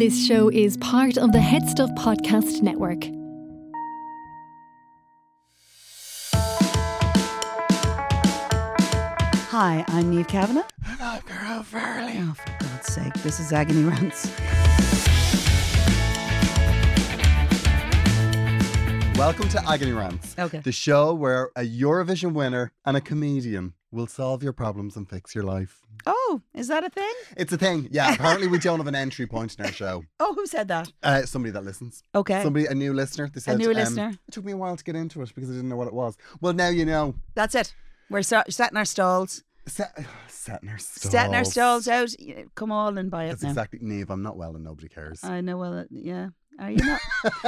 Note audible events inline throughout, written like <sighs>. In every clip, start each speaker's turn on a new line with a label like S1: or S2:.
S1: This show is part of the Head Stuff Podcast Network.
S2: Hi, I'm Neve Kavanagh.
S3: And I'm Carol Farley.
S2: Oh, for God's sake, this is Agony Rants.
S3: Welcome to Agony Rants,
S2: Okay.
S3: the show where a Eurovision winner and a comedian will solve your problems and fix your life.
S2: Oh, is that a thing?
S3: It's a thing. Yeah, apparently we don't have an entry point in our show.
S2: Oh, who said that?
S3: Uh, somebody that listens.
S2: Okay.
S3: Somebody, a new listener. They said, um,
S2: new listener.
S3: It took me a while to get into it because I didn't know what it was. Well, now you know.
S2: That's it. We're sa- setting our stalls,
S3: Set, setting our stalls.
S2: setting our stalls out. Y- Come all and buy it
S3: That's
S2: now.
S3: exactly. Neve, I'm not well and nobody cares.
S2: I know. Well, uh, yeah. Are you not?
S3: <laughs>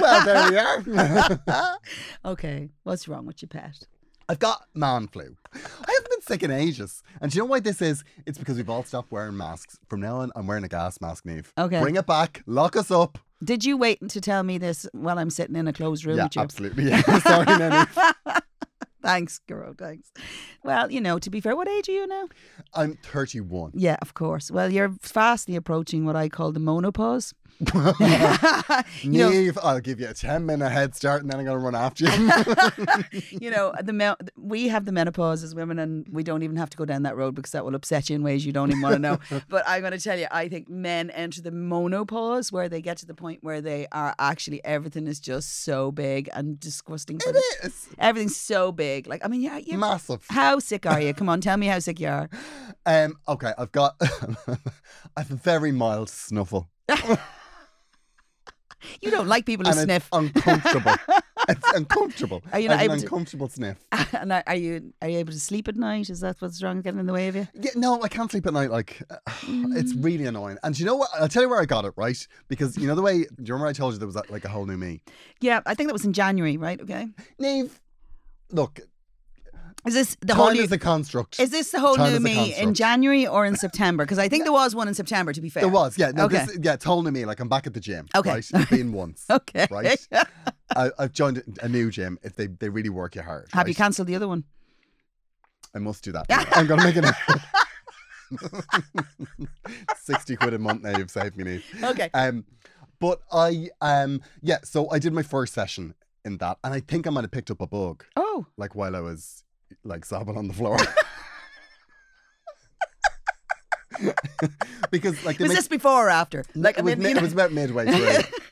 S3: well, there we
S2: <laughs>
S3: are.
S2: okay. What's wrong with your pet?
S3: I've got man flu. I haven't been sick in ages. And do you know why this is? It's because we've all stopped wearing masks. From now on, I'm wearing a gas mask, Neve.
S2: Okay.
S3: Bring it back. Lock us up.
S2: Did you wait to tell me this while I'm sitting in a closed room
S3: yeah,
S2: with you?
S3: absolutely. <laughs> Yeah. Sorry, no,
S2: <laughs>
S3: Neve.
S2: Thanks, girl. Thanks. Well, you know, to be fair, what age are you now?
S3: I'm 31.
S2: Yeah, of course. Well, you're fastly approaching what I call the monopause. you know,
S3: Neve, I'll give you a 10 minute head start and then I'm going to run after
S2: <laughs>
S3: you.
S2: you know, the men- we have the menopause as women, and we don't even have to go down that road because that will upset you in ways you don't even want to
S3: <laughs>
S2: know. but I'm going to tell you, I think men enter the monopause where they get to the point where they are actually everything is just so big and disgusting. for them.
S3: it is
S2: Everything's so big. Like, I mean, yeah, you.
S3: massive.
S2: how sick are you? Come on, tell me how sick you are.
S3: Um, okay, I've got. <laughs> I have a very mild snuffle.
S2: You don't like people who
S3: and
S2: sniff.
S3: It's uncomfortable.
S2: <laughs>
S3: it's uncomfortable.
S2: Are you
S3: I
S2: not
S3: have an
S2: able to-
S3: uncomfortable sniff.
S2: <laughs> and are are you are you able to sleep at night? Is that what's wrong getting in the way of you?
S3: Yeah, no, I can't sleep at night. Like, <sighs> it's
S2: Mm.
S3: really annoying. And do you know what? I'll tell you where I got it right because you know the way. Do you remember I told you there was that, like a whole new me?
S2: Yeah, I think that was in January, right? Okay.
S3: Neve, look,
S2: Is this the
S3: time
S2: whole new-
S3: is a construct.
S2: Is this the whole
S3: Time
S2: new
S3: is a
S2: me in
S3: construct.
S2: January or in September? Because I think there was one in September, to be fair.
S3: There was, yeah. No,
S2: Okay.
S3: this, yeah, it's whole new me. Like I'm back at the gym.
S2: Okay.
S3: right? I've been once.
S2: <laughs> Okay.
S3: Right. I, I've joined a new gym. If they they really work you hard.
S2: Have you
S3: right?
S2: cancelled the other one?
S3: I must do that. I'm gonna
S2: <laughs>
S3: make an. <laughs> Sixty quid a month now you've saved me, Neve.
S2: Okay.
S3: Um, but I um yeah, so I did my first session in that, and I think I might have picked up a bug
S2: Oh,
S3: like while I was like sobbing on the floor. <laughs> because like they
S2: was
S3: make-
S2: this before or after? Like,
S3: it,
S2: I
S3: was
S2: mean,
S3: mi-
S2: you
S3: it
S2: know-
S3: was about midway through.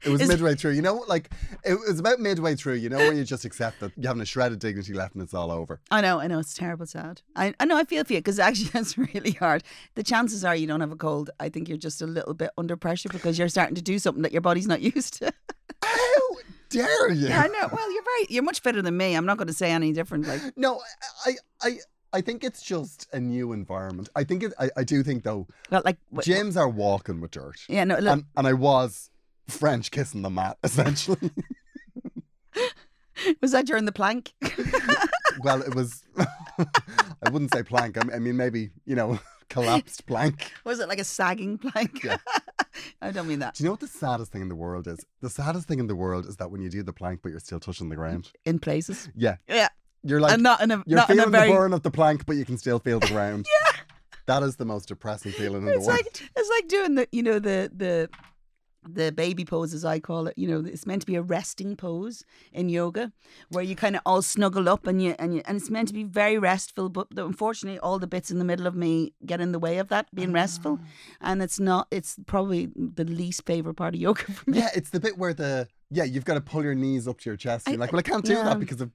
S3: It was
S2: <laughs> Is-
S3: midway through. You know, like it was about midway through. You know, where you just accept that you haven't a shred of dignity left and it's all over.
S2: I know, I know, it's terrible, sad. I, I know, I feel for you because actually, <laughs> that's really hard. The chances are you don't have a cold. I think you're just a little bit under pressure because you're starting to do something that your body's not <laughs> used to.
S3: How dare you?
S2: I know. Well, you're very, you're much fitter than me. I'm not going to say any different. <gasps> Like,
S3: No, I, I, I, I think it's just a new environment. I think it, I, I do think though,
S2: well, like, what-
S3: gyms are walking with dirt,
S2: yeah, no, look,
S3: and and I was French kissing the mat <laughs> essentially.
S2: <laughs> was that during the plank?
S3: well, it was. <laughs> I wouldn't say plank. I mean, I mean maybe you know <laughs> collapsed plank.
S2: was it like a sagging plank?
S3: Yeah.
S2: <laughs> I don't mean that.
S3: Do you know what the saddest thing in the world is? The saddest thing in the world is that when you do the plank, but you're still touching the ground.
S2: In places.
S3: Yeah,
S2: Yeah.
S3: you're like
S2: and not in a
S3: you're
S2: not in a
S3: feeling
S2: very
S3: the burn of the plank, but you can still feel the ground. yeah, that is the most depressing feeling in
S2: <laughs>
S3: the
S2: it's
S3: world.
S2: like it's like doing the you know the the the baby pose, as I call it. You know, it's meant to be a resting pose in yoga, where you kind of all snuggle up and you and you and it's meant to be very restful. But the- unfortunately, all the bits in the middle of me get in the way of that being restful,
S3: Ah.
S2: and it's not. It's probably the least favorite part of yoga <laughs> for me.
S3: Yeah, it's the bit where the yeah you've got to pull your knees up to your chest. You're
S2: I-
S3: like, well, I can't do
S2: yeah.
S3: that because of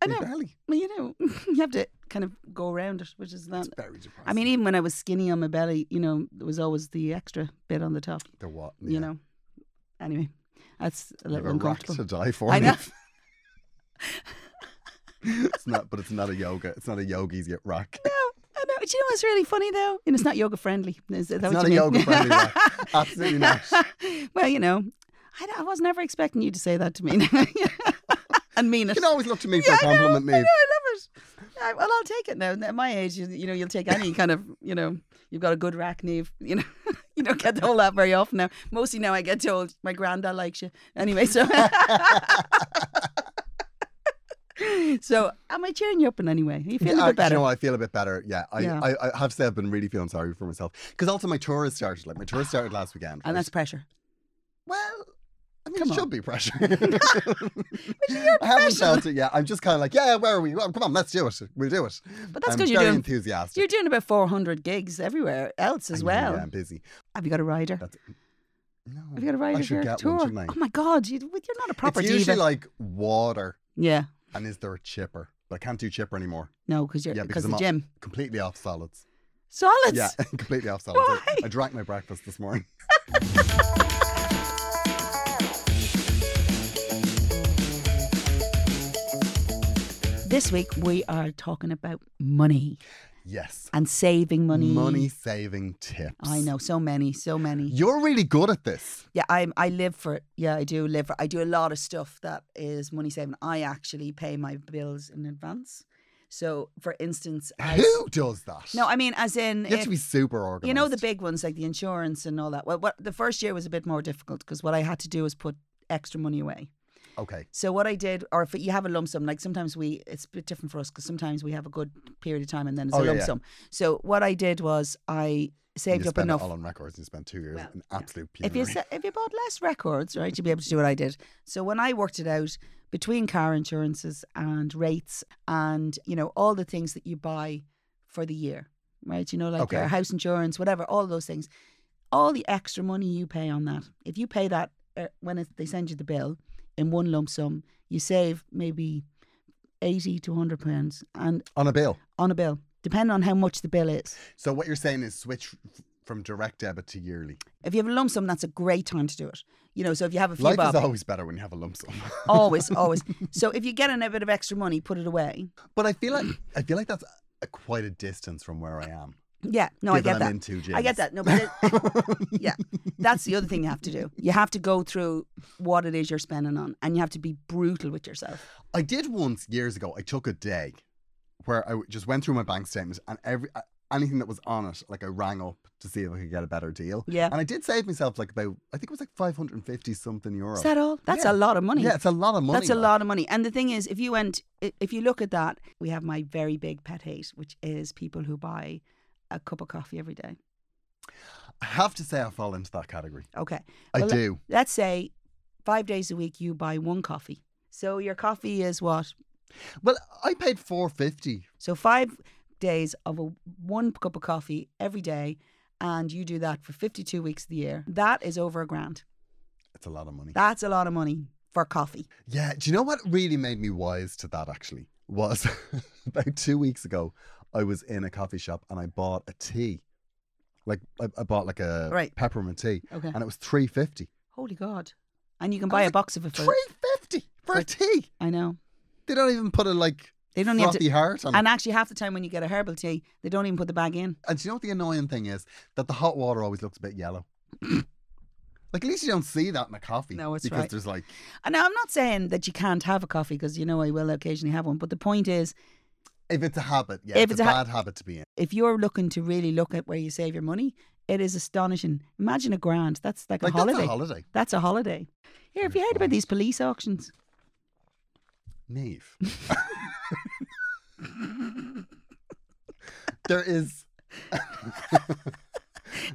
S2: I
S3: my
S2: know.
S3: belly.
S2: Well, you know, <laughs> you have to kind of go around it, which is not.
S3: It's very depressing.
S2: I mean, even when I was skinny on my belly, you know, there was always the extra bit on the top.
S3: the what?
S2: You know. Anyway, that's a
S3: you have
S2: little
S3: a rock to
S2: uncomfortable.
S3: die for.
S2: I know.
S3: <laughs> it's not, but it's not a yoga. It's not a yogi's yet rack.
S2: I know. Do you know what's really funny though? And it's not yoga friendly. Is that
S3: it's
S2: what
S3: not a
S2: you mean?
S3: yoga
S2: <laughs>
S3: friendly rack. Absolutely not.
S2: well, you know, I, d- I was never expecting you to say that to me. <laughs> and mean
S3: You
S2: it.
S3: can always look to me for
S2: Yeah,
S3: a
S2: I know,
S3: compliment,
S2: I
S3: me.
S2: know, I love it. I, well, I'll take it now. At my age, you, you know, you'll take any kind of, you know, you've got a good rack, Neve. <laughs> You know, you don't get told that very often now. Mostly now I get told my granddad likes you. Anyway, so. <laughs> so, am I cheering you up in any way? Are you feeling
S3: Yeah,
S2: a
S3: I-
S2: bit better?
S3: You know, I feel a bit better. Yeah, I,
S2: Yeah.
S3: I, I have to say I've been really feeling sorry for myself because also my tour has started. Like my tour started last weekend.
S2: and
S3: right?
S2: that's pressure.
S3: well, I mean,
S2: Come
S3: it
S2: on.
S3: should
S2: <laughs>
S3: be <laughs> pressure. I haven't felt it yet. I'm just kind of like, yeah, where are we? Well, come on, let's do it. We'll do it.
S2: But that's
S3: I'm
S2: because you're
S3: very
S2: doing
S3: enthusiastic.
S2: you're doing about 400 gigs everywhere else as
S3: I know,
S2: well.
S3: Yeah, I'm busy.
S2: Have you got a rider?
S3: That's no.
S2: Have you got a rider
S3: I
S2: for
S3: should
S2: your
S3: get
S2: tour?
S3: one, shouldn't I?
S2: Oh my God, you, you're not a proper
S3: it's
S2: diva.
S3: usually like water,
S2: yeah,
S3: and is there a chipper? But I can't do chipper anymore.
S2: no, because you're
S3: Yeah,
S2: because
S3: because
S2: the
S3: I'm
S2: gym.
S3: Completely off solids.
S2: Solids.
S3: Yeah, <laughs> completely off solids. I-
S2: Why?
S3: I drank my breakfast this morning. <laughs>
S2: This week we are talking about money
S3: Yes.
S2: and saving money.
S3: Money saving tips.
S2: I know so many, so many.
S3: You're really good at this.
S2: Yeah, I am I live for it. Yeah, I do live for. I do a lot of stuff that is money saving. I actually pay my bills in advance. So, for instance, I,
S3: Who does that?
S2: No, I mean as in
S3: you have
S2: if-
S3: to be super organized.
S2: You know the big ones like the insurance and all that. Well, what the first year was a bit more difficult because what I had to do was put extra money away.
S3: Okay.
S2: So what I did, or if you have a lump sum, like sometimes we, it's a bit different for us because sometimes we have a good period of time and then it's
S3: Oh,
S2: a
S3: yeah,
S2: lump
S3: yeah.
S2: sum. So what I did was I
S3: you
S2: saved up
S3: spend
S2: enough.
S3: it all on records. You spend two years
S2: Well,
S3: in
S2: yeah.
S3: absolute
S2: if you
S3: penury.
S2: sa- if you bought less records, right, you'd be able to do what I did. So when I worked it out between car insurances and rates and you know all the things that you buy for the year, right? You know, like
S3: Okay.
S2: your house insurance, whatever, all those things, all the extra money you pay on that. If you pay that uh, when it, they send you the bill in one lump sum, you save maybe eighty to hundred pounds and
S3: on a bill.
S2: on a bill, depending on how much the bill is.
S3: So what you're saying is switch f- from direct debit to yearly.
S2: If you have a lump sum, that's a great time to do it. You know, so if you have a few
S3: Life
S2: bob,
S3: is always better when you have a lump sum.
S2: always, always. So if you get in a bit of extra money, put it away.
S3: <laughs> but I feel like I feel like that's a, quite a distance from where I am.
S2: Yeah, no, I
S3: given
S2: get
S3: I'm
S2: that.
S3: in two
S2: I
S3: gyms.
S2: get that. No, but it- yeah, that's the other thing you have to do. You have to go through what it is you're spending on, and you have to be brutal with yourself.
S3: <laughs> I did once years ago. I took a day where I w- just went through my bank statements and every uh, anything that was on it, like I rang up to see if I could get a better deal.
S2: Yeah.
S3: and I did save myself like about I think it was like five hundred and fifty something euro.
S2: Is that all? That's
S3: Yeah.
S2: a lot of money.
S3: Yeah, it's a lot of money.
S2: That's a
S3: like.
S2: lot of money. And the thing is, if you went, i- if you look at that, we have my very big pet hate, which is people who buy a cup of coffee every day.
S3: I have to say, I fall into that category.
S2: Okay.
S3: I
S2: Well, le-
S3: do.
S2: Let's say five days a week you buy one coffee. So your coffee is what?
S3: Well, I paid four fifty.
S2: So five days of a one cup of coffee every day, and you do that for fifty-two weeks of the year. That is over a grand.
S3: It's a lot of money.
S2: That's a lot of money for coffee.
S3: Yeah. Do you know what really made me wise to that? Actually, was <laughs> about two weeks ago. I was in a coffee shop and I bought a tea, like I, I bought like a
S2: Right.
S3: peppermint tea,
S2: Okay.
S3: and it was three fifty.
S2: Holy God! And you can buy a box of it for.
S3: Three fifty for a tea.
S2: I know.
S3: They don't even put a like
S2: They don't
S3: frothy
S2: even. To,
S3: heart on it.
S2: and actually, half the time when you get a herbal tea, they don't even put the bag in.
S3: And do you know what the annoying thing is? That the hot water always looks a
S2: <clears throat>
S3: bit yellow. like at least you don't see that in a coffee.
S2: No, it's
S3: because
S2: right.
S3: there's like
S2: And now I'm not saying that you can't have a coffee because you know I will occasionally have one. But the point is,
S3: if it's a habit, yeah,
S2: If
S3: it's,
S2: it's
S3: a,
S2: a ha-
S3: bad habit to be in.
S2: if you're looking to really look at where you save your money, it is astonishing. Imagine a grand. That's like,
S3: Like
S2: a holiday.
S3: that's a holiday.
S2: That's a holiday. Here, have you heard about these police auctions? <laughs>
S3: Nave. there is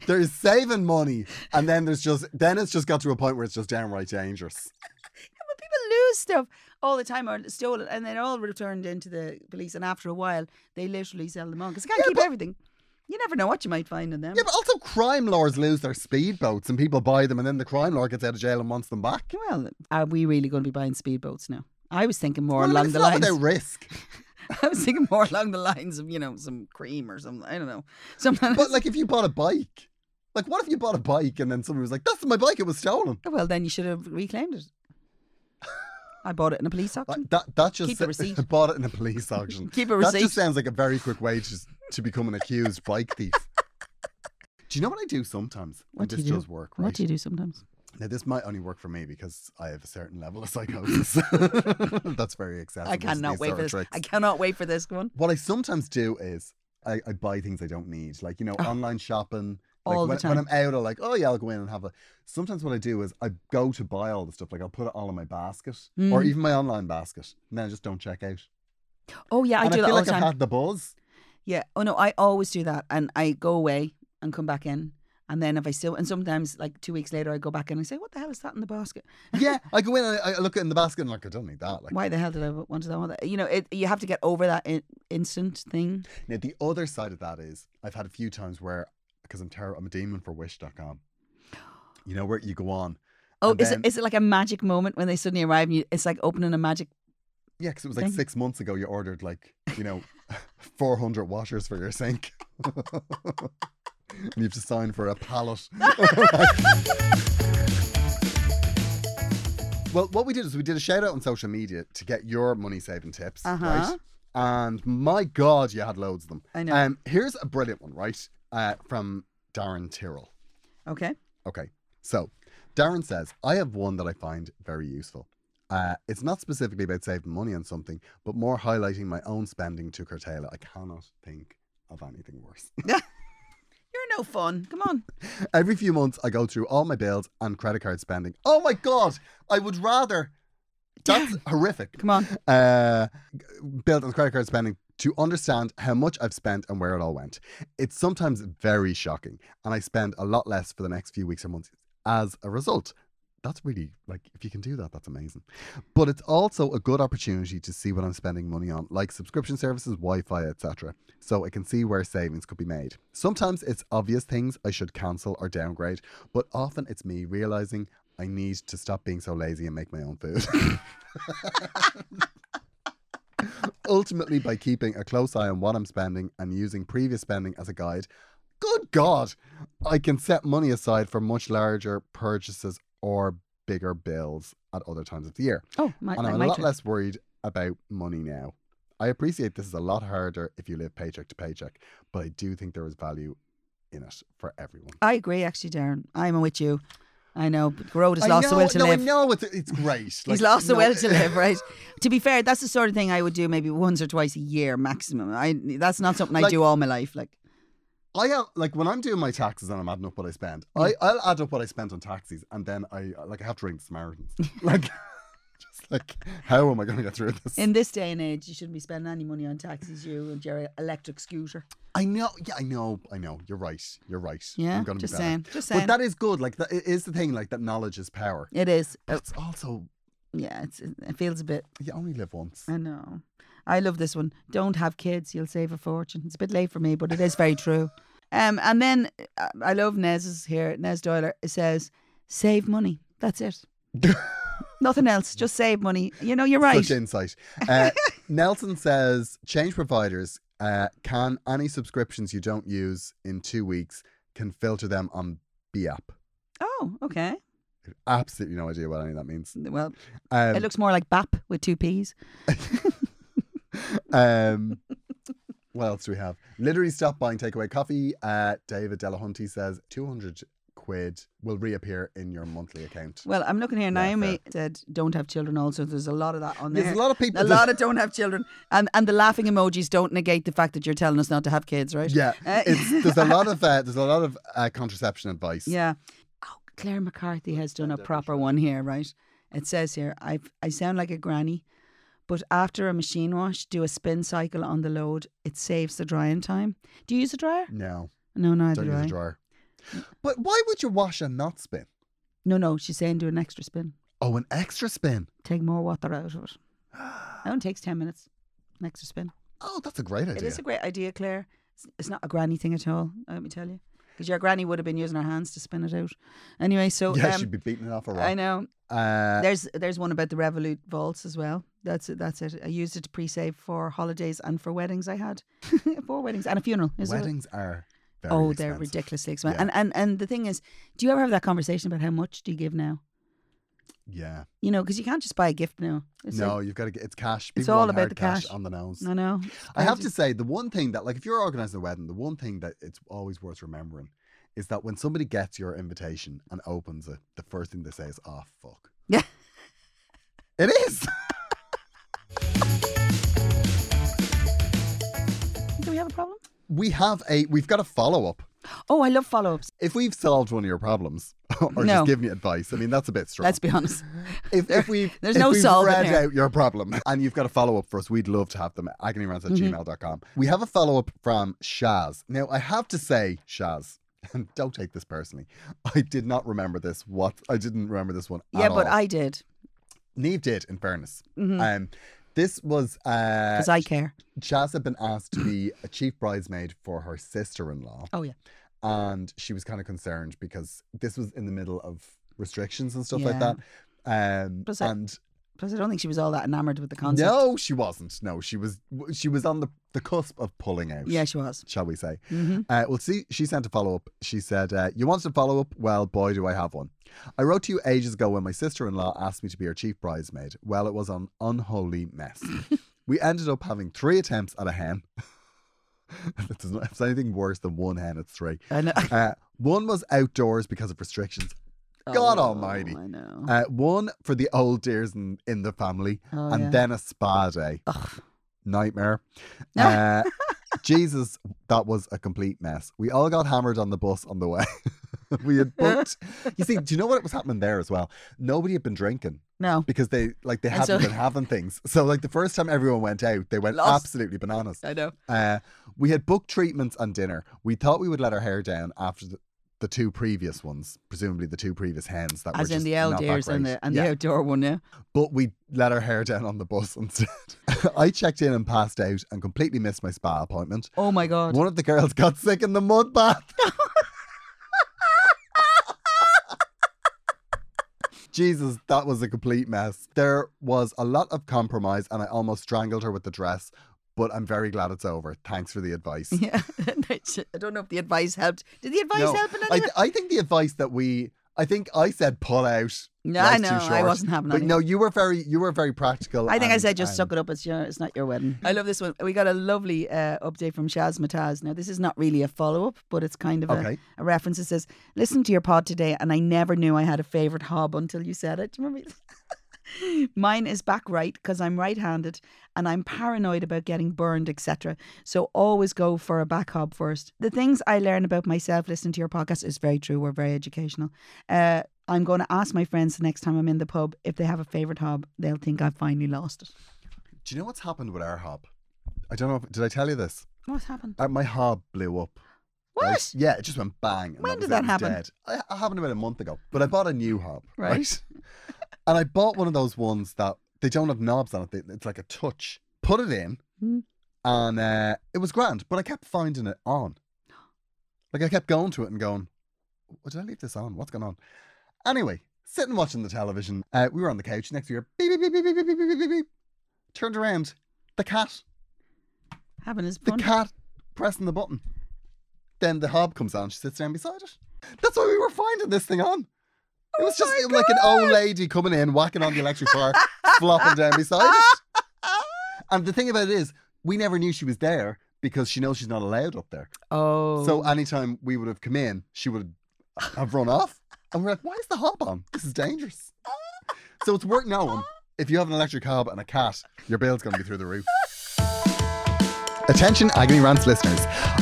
S3: there's saving money, and then there's just then it's just got to a point where it's just downright dangerous.
S2: But people lose stuff all the time or stole it and they're all returned into the police and after a while they literally sell them on because they can't
S3: Yeah,
S2: keep
S3: but-
S2: everything. You never know what you might find in them.
S3: Yeah, but also crime lords lose their speedboats, and people buy them, and then the crime lord gets out of jail and wants them back.
S2: well, are we really going to be buying speedboats now? I was thinking more
S3: Well, I mean,
S2: along
S3: it's
S2: the
S3: not
S2: lines. <laughs>
S3: without risk.
S2: I was thinking more along the lines of you know some cream or something. I don't know. Something.
S3: But like, if you bought a bike, like, what if you bought a bike and then someone was like, "That's my bike; it was stolen."
S2: <laughs> well, then you should have reclaimed it. I bought it in a police auction.
S3: Like, that that just
S2: Keep the receipt.
S3: <laughs> bought it in a police auction.
S2: <laughs> Keep a
S3: That
S2: receipt.
S3: just sounds like a very quick way to, to become an accused
S2: <laughs>
S3: bike thief. Do you know what I do sometimes? And
S2: What do
S3: this
S2: you do?
S3: does work, right?
S2: What do you do sometimes?
S3: Now, this might only work for me because I have a certain
S2: <laughs>
S3: level of psychosis. <laughs> That's very accessible.
S2: I
S3: to
S2: cannot
S3: these
S2: wait
S3: sort
S2: for
S3: of
S2: this.
S3: tricks.
S2: I cannot wait for this one.
S3: What I sometimes do is I, I buy things I don't need, like you know, online shopping. Like
S2: Oh. All the
S3: when,
S2: time.
S3: when I'm out, I'll like, oh yeah, I'll go in and have a. Sometimes what I do is I go to buy all the stuff, like I'll put it all in my basket or
S2: Hmm.
S3: even my online basket, and then I just don't check out.
S2: Oh yeah, I
S3: and
S2: do
S3: I
S2: that
S3: feel
S2: all
S3: like
S2: the time.
S3: I've had the buzz.
S2: Yeah. Oh no, I always do that, and I go away and come back in, and then if I still, and sometimes like two weeks later, I go back in and I say, "What the hell is that in the basket?
S3: Yeah, I go in and I, I look in the basket and like I don't need that. Like
S2: Why the hell did I want to that? want that?" You know, it, you have to get over that in, instant thing.
S3: now the other side of that is I've had a few times where because I'm terrible, I'm a demon for Wish.com. You know where you go on.
S2: Oh,
S3: and
S2: is
S3: then-
S2: it is it like a magic moment when they suddenly arrive? and you, It's like opening a magic.
S3: Yeah, because it was like
S2: Thank you.
S3: six months ago you ordered like, you know, <laughs> 400 washers for your sink. <laughs> and you have to sign for a pallet. <laughs> well, what we did is we did a shout out on social media to get your money saving tips,
S2: Uh-huh.
S3: right? And my God, you had loads of them.
S2: I know.
S3: Um, here's a brilliant one, right? Uh, from Darren Tyrrell.
S2: Okay.
S3: Okay. So Darren says, I have one that I find very useful. Uh, it's not specifically about saving money on something, but more highlighting my own spending to curtail it. I cannot think of anything worse. <laughs>
S2: You're no fun. Come on.
S3: Every few months, I go through all my bills and credit card spending. Oh my God, I would rather. That's horrific.
S2: Come on.
S3: <laughs> Uh, built on credit card spending to understand how much I've spent and where it all went. It's sometimes very shocking, and I spend a lot less for the next few weeks or months as a result. That's really like if you can do that, that's amazing. But it's also a good opportunity to see what I'm spending money on, like subscription services, Wi-Fi, etc. So I can see where savings could be made. Sometimes it's obvious things I should cancel or downgrade, but often it's me realizing I need to stop being so lazy and make my own food. <laughs> ultimately by keeping a close eye on what I'm spending and using previous spending as a guide. Good God, I can set money aside for much larger purchases or bigger bills at other times of the year.
S2: Oh, my,
S3: And
S2: like
S3: I'm
S2: my
S3: a lot
S2: turn.
S3: less worried about money now. I appreciate this is a lot harder if you live paycheck to paycheck, but I do think there is value in it for everyone.
S2: I agree, actually, Darren. I'm with you. I know. but Road has
S3: I
S2: lost
S3: know,
S2: the will to
S3: no,
S2: live.
S3: I know it's, it's great.
S2: He's
S3: Like,
S2: lost the
S3: no,
S2: will
S3: <laughs>
S2: to live, <laughs> right? to be fair, that's the sort of thing I would do maybe once or twice a year maximum. I that's not something I
S3: Like-
S2: do all my life. Like,
S3: I am like when I'm doing my taxes and I'm adding up what I spend. I I'll add up what I spent on taxis and then I like I have to ring
S2: <laughs>
S3: the Samaritans. <laughs> like just like how am I going to get through this?
S2: in this day and age, you shouldn't be spending any money on taxis. You and your electric scooter.
S3: I know, yeah, I know, I know. You're right. You're right.
S2: Yeah,
S3: I'm gonna
S2: just
S3: be better.
S2: saying, just saying.
S3: But that is good. Like that it is the thing. Like that knowledge is power.
S2: It is.
S3: But it's also
S2: Yeah, it's, it feels a bit.
S3: you only live once.
S2: I know. I love this one. Don't have kids, you'll save a fortune. It's a bit late for me, but it is very true. <laughs> Um, and then uh, I love Nez's here. Nez Doyler says, "Save money. That's <laughs> it. Nothing else. Just save money. You know, you're right.
S3: Such insight.
S2: <laughs>
S3: Uh, Nelson says change providers. Uh, can any subscriptions you don't use in two weeks can filter them on B app?
S2: oh, okay.
S3: Absolutely no idea what any of that means.
S2: <laughs> Well,
S3: Um,
S2: it looks more like BAP with two P's. <laughs>
S3: Um, what else do we have? Literally stop buying takeaway coffee. Uh, David Delahunty says 200 quid will reappear in your monthly account.
S2: Well, I'm looking here.
S3: Yeah,
S2: Naomi said, "Don't have children." Also, there's a lot of that on there.
S3: There's a lot of people.
S2: A lot of don't have children, and and the laughing emojis don't negate the fact that you're telling us not to have kids, right?
S3: yeah,
S2: Uh, <laughs>
S3: it's, there's a lot of uh, there's a lot of uh, contraception advice.
S2: Yeah. Oh, Claire McCarthy has done a proper one here, right? It says here, I I sound like a granny, but after a machine wash, do a spin cycle on the load. It saves the drying time. Do you use a dryer?
S3: No,
S2: No, neither do
S3: don't use
S2: I.
S3: a dryer. But why would you wash and not spin?
S2: No, no, she's saying do an extra spin.
S3: Oh, an extra spin.
S2: Take more water out of <gasps> it. That one takes 10 minutes. An extra spin.
S3: Oh, that's a great idea.
S2: It is a great idea, Claire. It's, it's not a granny thing at all, let me tell you. Because your granny would have been using her hands to spin it out. Anyway, so.
S3: yeah,
S2: um,
S3: she'd be beating it off a rock.
S2: I know.
S3: Uh,
S2: There's there's one about the Revolut vaults as well. That's it. That's it. I used it to pre-save for holidays and for weddings I had, <laughs> for weddings and a funeral. as well.
S3: weddings are very
S2: Oh,
S3: expensive.
S2: they're ridiculously expensive.
S3: Yeah.
S2: And and and the thing is, do you ever have that conversation about how much do you give now?
S3: Yeah.
S2: You know, because you can't just buy a gift now. It's
S3: no,
S2: like-
S3: you've got to get it's cash.
S2: it's
S3: People
S2: all
S3: want
S2: about
S3: hard
S2: the cash.
S3: on the nose.
S2: I know.
S3: I have to say, the one thing that, like, if you're organizing a wedding, the one thing that it's always worth remembering is that when somebody gets your invitation and opens it, the first thing they say is, oh, fuck.
S2: <laughs> Yeah.
S3: It is. <laughs>
S2: Do we have a problem?
S3: We have a, we've got a follow up.
S2: Oh, I love follow-ups.
S3: If we've solved one of your problems <laughs> or
S2: No.
S3: just given you advice, I mean, that's a bit strong.
S2: Let's be
S3: <laughs>
S2: honest.
S3: if, if we've,
S2: <laughs> there's
S3: if
S2: no
S3: we've
S2: solving
S3: read
S2: here.
S3: out your problem <laughs> and you've got a follow up for us, we'd love to have them at agonyrounds at
S2: Mm-hmm.
S3: gmail.com. We have a follow up from Shaz. Now, I have to say, Shaz, <laughs> and don't take this personally, I did not remember this. What? I didn't remember this one.
S2: Yeah,
S3: at
S2: but
S3: all.
S2: I did
S3: Neve did, in fairness. Um, this was uh,
S2: because I care.
S3: Shaz had been asked to be a chief bridesmaid for her sister in law
S2: Oh yeah.
S3: and she was kind of concerned because this was in the middle of restrictions and stuff like
S2: Yeah.
S3: that. Um,
S2: Plus I-
S3: and
S2: Plus, I don't think she was all that enamored with the concept.
S3: no, she wasn't. No, she was she was on the, the cusp of pulling out.
S2: Yeah, she was.
S3: shall we say?
S2: Mhm.
S3: Uh, well, see, she sent a follow up. She said, uh, "You wanted a follow up? Well, boy, do I have one. I wrote to you ages ago when my sister in law asked me to be her chief bridesmaid. Well, it was an unholy
S2: <laughs>
S3: mess. we ended up having three attempts at a hen. <laughs> If there's no- if there's anything worse than one hen, it's three.
S2: I know.
S3: Uh, one was outdoors because of restrictions. <laughs> God almighty.
S2: Oh, I know.
S3: Uh, one for the old dears in, in the family,
S2: Oh,
S3: and
S2: yeah.
S3: then a spa day. Nightmare. Uh,
S2: <laughs> No.
S3: Jesus, that was a complete mess. We all got hammered on the bus on the way. <laughs> we had booked. You see, do you know what was happening there as well? Nobody had been drinking
S2: no.
S3: because they like they
S2: And so-
S3: hadn't been having things. So like the first time everyone went out, they went
S2: Lost.
S3: absolutely bananas.
S2: I know.
S3: Uh, we had booked treatments and dinner. We thought we would let our hair down after the, the two previous ones, presumably the two previous hens that were
S2: As in
S3: just
S2: the
S3: not that
S2: Eldears and
S3: great.
S2: the and
S3: Yeah
S2: the outdoor one, yeah.
S3: but we let our hair down on the bus instead. <laughs> I checked in and passed out and completely missed my spa appointment.
S2: Oh my god.
S3: One of the girls got sick in the mud bath. <laughs> Jesus, that was a complete mess. There was a lot of compromise, and I almost strangled her with the dress. But I'm very glad it's over. Thanks for the
S2: <laughs>
S3: advice.
S2: <laughs> Yeah, I don't know if the advice helped. Did the advice
S3: No,
S2: help in
S3: I,
S2: any way?
S3: I think the advice that we, I think I said pull out.
S2: No, I
S3: life's
S2: know
S3: too
S2: I
S3: short.
S2: wasn't having
S3: But
S2: any.
S3: no, you were very, you were very practical.
S2: I think I
S3: oh, and-
S2: said just
S3: and-
S2: suck it up. It's your, it's not your wedding. I love this one. We got a lovely uh, update from Shaz Mataz. Now this is not really a follow up, but it's kind of
S3: Okay.
S2: a, a reference. It says, "Listen to your pod today, and I never knew I had a favorite hob until you said it." Do you remember? <laughs> Mine is back right because I'm right-handed and I'm paranoid about getting burned, etc. So always go for a back hob first. The things I learn about myself listening to your podcast is very true. We're very educational. Uh, I'm going to ask my friends the next time I'm in the pub if they have a favorite hob. They'll think I've finally lost it.
S3: Do you know what's happened with our hob? I don't know. If, did I tell you this?
S2: What's happened?
S3: Uh, my hob blew up.
S2: What?
S3: right? Yeah, it just went bang. and
S2: When did
S3: was it,
S2: that
S3: it was
S2: happen?
S3: Dead. I, it happened about a month ago. But I bought a new hob,
S2: Right.
S3: right? and I bought one of those ones that they don't have knobs on it. They- It's like a touch. Put it in,
S2: Hmm.
S3: and uh, it was grand. But I kept finding it on. Like I kept going to it and going, "What did I leave this on? What's going on?" Anyway, sitting watching the television. Uh, we were on the couch next to her. Beep beep beep beep beep beep beep beep beep. beep. Turned around. The cat
S2: Having his
S3: the
S2: fun.
S3: cat pressing the button. Then the hob comes on. She sits down beside it. That's why we were finding this thing on. It was just like an old lady coming in, whacking on the electric bar, flopping down beside it. And the thing about it is, we never knew she was there because she knows she's not allowed up there.
S2: oh.
S3: So anytime we would have come in, she would have run off. And we're like, why is the hob on? This is dangerous. So it's worth knowing. If you have an electric hob and a cat, your bill's going to be through the roof. Attention, Agony Rants listeners.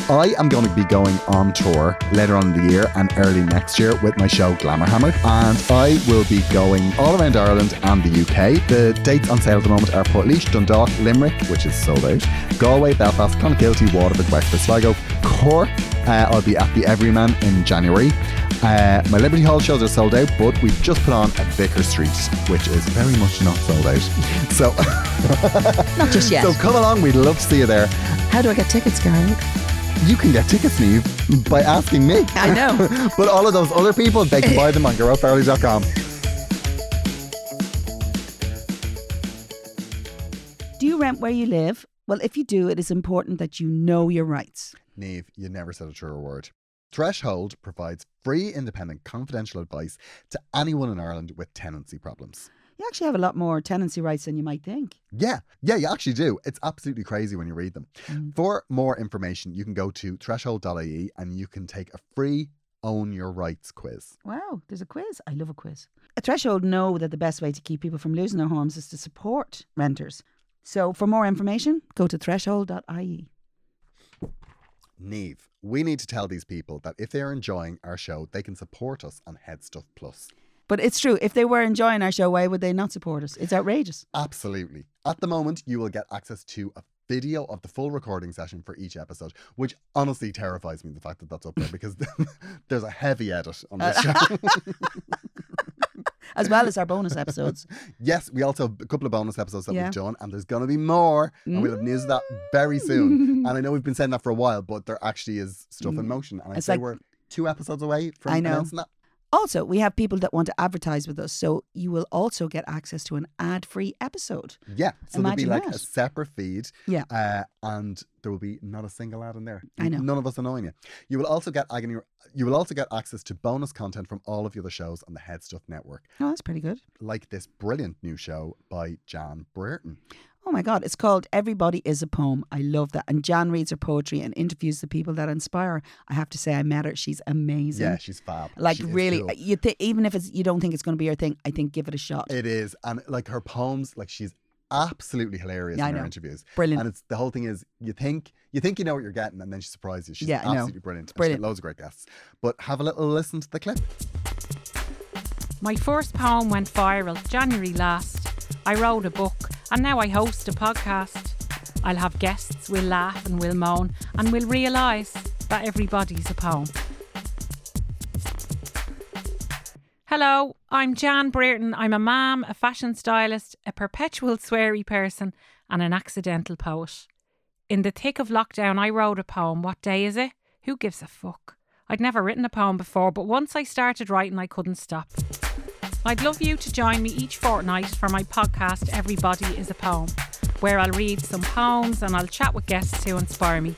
S3: I am going to be going on tour later on in the year and early next year with my show Glamour Hammer. And I will be going all around Ireland and the UK. The dates on sale at the moment are Portleash, Dundalk, Limerick, which is sold out, Galway, Belfast, Clonakilty, Waterford, Wexford, Sligo, Cork. Uh, I'll be at the Everyman in January. Uh, my Liberty Hall shows are sold out, but we've just put on at Vicker Street, which is very much not sold out. <laughs> So,
S2: Not just yet.
S3: so come along. We'd love to see you there.
S2: How do I get tickets, Garrett?
S3: You can get tickets, Neve, by asking me.
S2: I know.
S3: <laughs> but all of those other people, they can buy them on GarrettFarley.com.
S2: Do you rent where you live? Well, if you do, it is important that you know your rights.
S3: Neve, you never said a truer word. Threshold provides free, independent, confidential advice to anyone in Ireland with tenancy problems.
S2: You actually have a lot more tenancy rights than you might think.
S3: Yeah, yeah, you actually do. It's absolutely crazy when you read them.
S2: Mm.
S3: For more information, you can go to threshold.ie E and you can take a free Own Your Rights quiz.
S2: Wow, there's a quiz. I love a quiz. A threshold know that the best way to keep people from losing their homes is to support renters. So for more information, go to threshold.ie.
S3: Neve, we need to tell these people that if they are enjoying our show, they can support us on Head Stuff Plus.
S2: But it's true, if they were enjoying our show, why would they not support us? It's outrageous.
S3: Absolutely. At the moment, you will get access to a video of the full recording session for each episode, which honestly terrifies me the fact that that's up
S2: <laughs>
S3: there because <laughs> there's a heavy edit on
S2: Uh,
S3: this show.
S2: <laughs>
S3: <laughs>
S2: As well as our bonus episodes.
S3: yes, we also have a couple of bonus episodes that
S2: Yeah.
S3: we've done, and there's going to be more, and we'll have news of that very
S2: <laughs> Mm.
S3: soon. and I know we've been saying that for a while, but there actually is stuff in motion. And I
S2: It's
S3: say
S2: like-
S3: we're two episodes away from
S2: I know.
S3: announcing that.
S2: Also, we have people that want to advertise with us, so you will also get access to an ad-free episode.
S3: Yeah, so there'll be
S2: Imagine
S3: like a
S2: that.
S3: separate feed.
S2: Yeah.
S3: Uh, and there will be not a single ad in there.
S2: I know.
S3: None of us annoying you. You will also get agony. You will also get access to bonus content from all of the other shows on the Head Stuff Network,
S2: Oh, that's pretty good.
S3: like this brilliant new show by Jan Brereton.
S2: Oh my God, it's called Everybody is a Poem. I love that. And Jan reads her poetry and interviews the people that inspire her. I have to say, I met her. She's amazing.
S3: Yeah, she's fab.
S2: like
S3: She is
S2: really,
S3: cool.
S2: you thi- even if it's you don't think it's going to be your thing, I think give it a shot.
S3: It is, and like her poems, like she's absolutely hilarious
S2: Yeah, I
S3: in
S2: know.
S3: her interviews.
S2: Brilliant.
S3: And it's the whole thing is you think you think you know what you're getting, and then she surprises you. She's
S2: Yeah, I know.
S3: absolutely brilliant. and she's got
S2: Brilliant.
S3: Loads of great guests. But have a little listen to the clip.
S4: My first poem went viral January last. I wrote a book and now I host a podcast. I'll have guests, we'll laugh and we'll moan, and we'll realise that everybody's a poem. Hello, I'm Jan Brereton. I'm a mam, a fashion stylist, a perpetual sweary person, and an accidental poet. In the thick of lockdown, I wrote a poem. What day is it? Who gives a fuck? I'd never written a poem before, but once I started writing, I couldn't stop. I'd love you to join me each fortnight for my podcast, Everybody is a Poem, where I'll read some poems and I'll chat with guests who inspire me.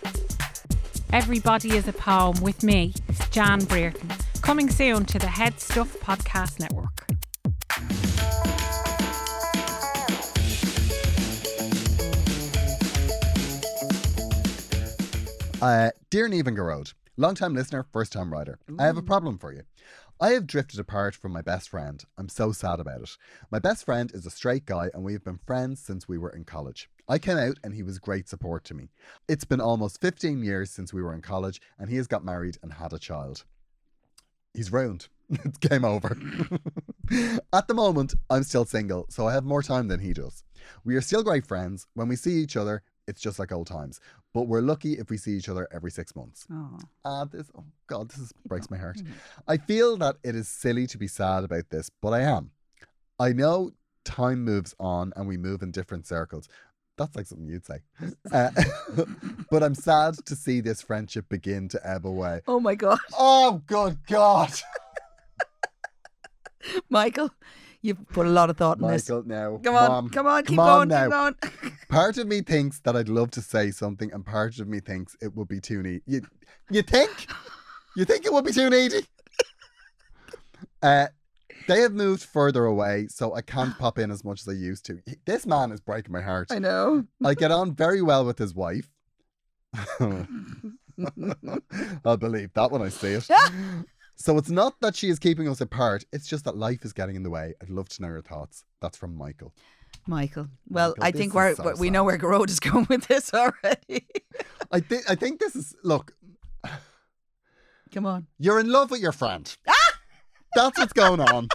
S4: Everybody is a Poem with me, Jan Brereton, coming soon to the Head Stuff Podcast Network.
S3: Uh, Dear Neve and Garode, long-time listener, first-time writer, I have a problem for you. I have drifted apart from my best friend. I'm so sad about it. My best friend is a straight guy, and we have been friends since we were in college. I came out, and he was great support to me. It's been almost 15 years since we were in college, and he has got married and had a child. He's ruined. <laughs> It's game over. <laughs> At the moment, I'm still single, so I have more time than he does. We are still great friends. When we see each other, it's just like old times. But we're lucky if we see each other every six months.
S2: Oh,
S3: Ah, this, oh God, this is, breaks my
S2: Mm-hmm.
S3: heart. I feel that it is silly to be sad about this, but I am. I know time moves on and we move in different circles. That's like something
S2: <laughs>
S3: you'd say. Uh, <laughs> but I'm sad to see this friendship begin to ebb away.
S2: oh my God, <laughs>
S3: Oh, good God.
S2: Michael, you've put a lot of thought in this.
S3: Michael, now.
S2: Come on,
S3: Mom,
S2: come on, keep going,
S3: now.
S2: keep going. <laughs>
S3: Part of me thinks that I'd love to say something, and part of me thinks it would be too needy. You, you think? You think it would be too needy? <laughs> Uh, they have moved further away, so
S2: <gasps>
S3: I can't pop in as much as I used to. This man is breaking my heart.
S2: I know.
S3: I get on very well with
S2: <laughs>
S3: his wife. I'll believe that when I see
S2: <laughs>
S3: it. so it's not that she is keeping us apart, it's just that life is getting in the way. I'd love to know your thoughts. That's from Michael.
S2: Michael. Well,
S3: Michael,
S2: I
S3: this
S2: think
S3: is
S2: we're,
S3: so
S2: we're- we know where Garode is <laughs> going with this already.
S3: I think I think this is look,
S2: come on. <laughs>
S3: you're in love with your friend. That's what's going on.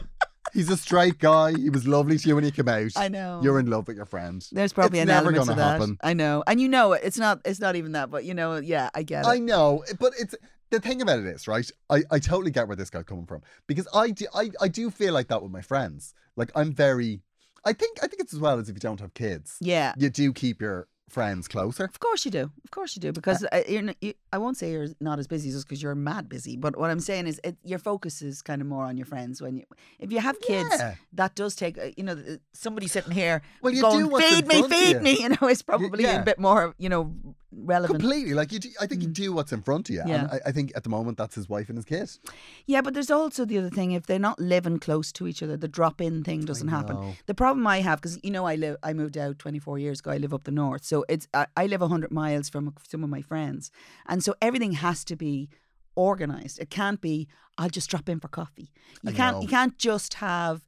S3: He's a straight guy. He was lovely to you when he came out.
S2: I know.
S3: You're in love with your friend.
S2: There's probably
S3: it's
S2: an
S3: never
S2: element
S3: gonna
S2: to that.
S3: happen.
S2: I know, and you know it. It's not. It's not even that. But you know, yeah, I get it.
S3: I know, but it's the thing about it is right. I, I totally get where this guy's coming from because I do I, I do feel like that with my friends. Like I'm very, I think I think it's as well as if you don't have kids,
S2: yeah,
S3: you do keep your friends closer.
S2: of course you do. Of course you do. Because uh, you're, n- you, I won't say you're not as busy just because you're mad busy. But what I'm saying is, it, your focus is kind of more on your friends. When you, if you have kids,
S3: Yeah.
S2: that does take. uh, You know, th- somebody sitting here.
S3: Well, you
S2: going,
S3: do what's in
S2: feed me,
S3: front of
S2: feed
S3: you."
S2: me. <laughs> You know, it's probably
S3: yeah.
S2: a bit more. You know, relevant.
S3: Completely, like you. Do, I think you do what's in front of you,
S2: Mm. Yeah.
S3: and I, I think at the moment that's his wife and his kid.
S2: Yeah, but there's also the other thing if they're not living close to each other, the drop in thing doesn't
S3: know.
S2: happen. The problem I have because you know I live I moved out 24 years ago. I live up the north, so it's I, I live 100 miles from some of my friends, and so everything has to be organized. It can't be I'll just drop in for coffee. You
S3: I
S2: can't
S3: know.
S2: you can't just have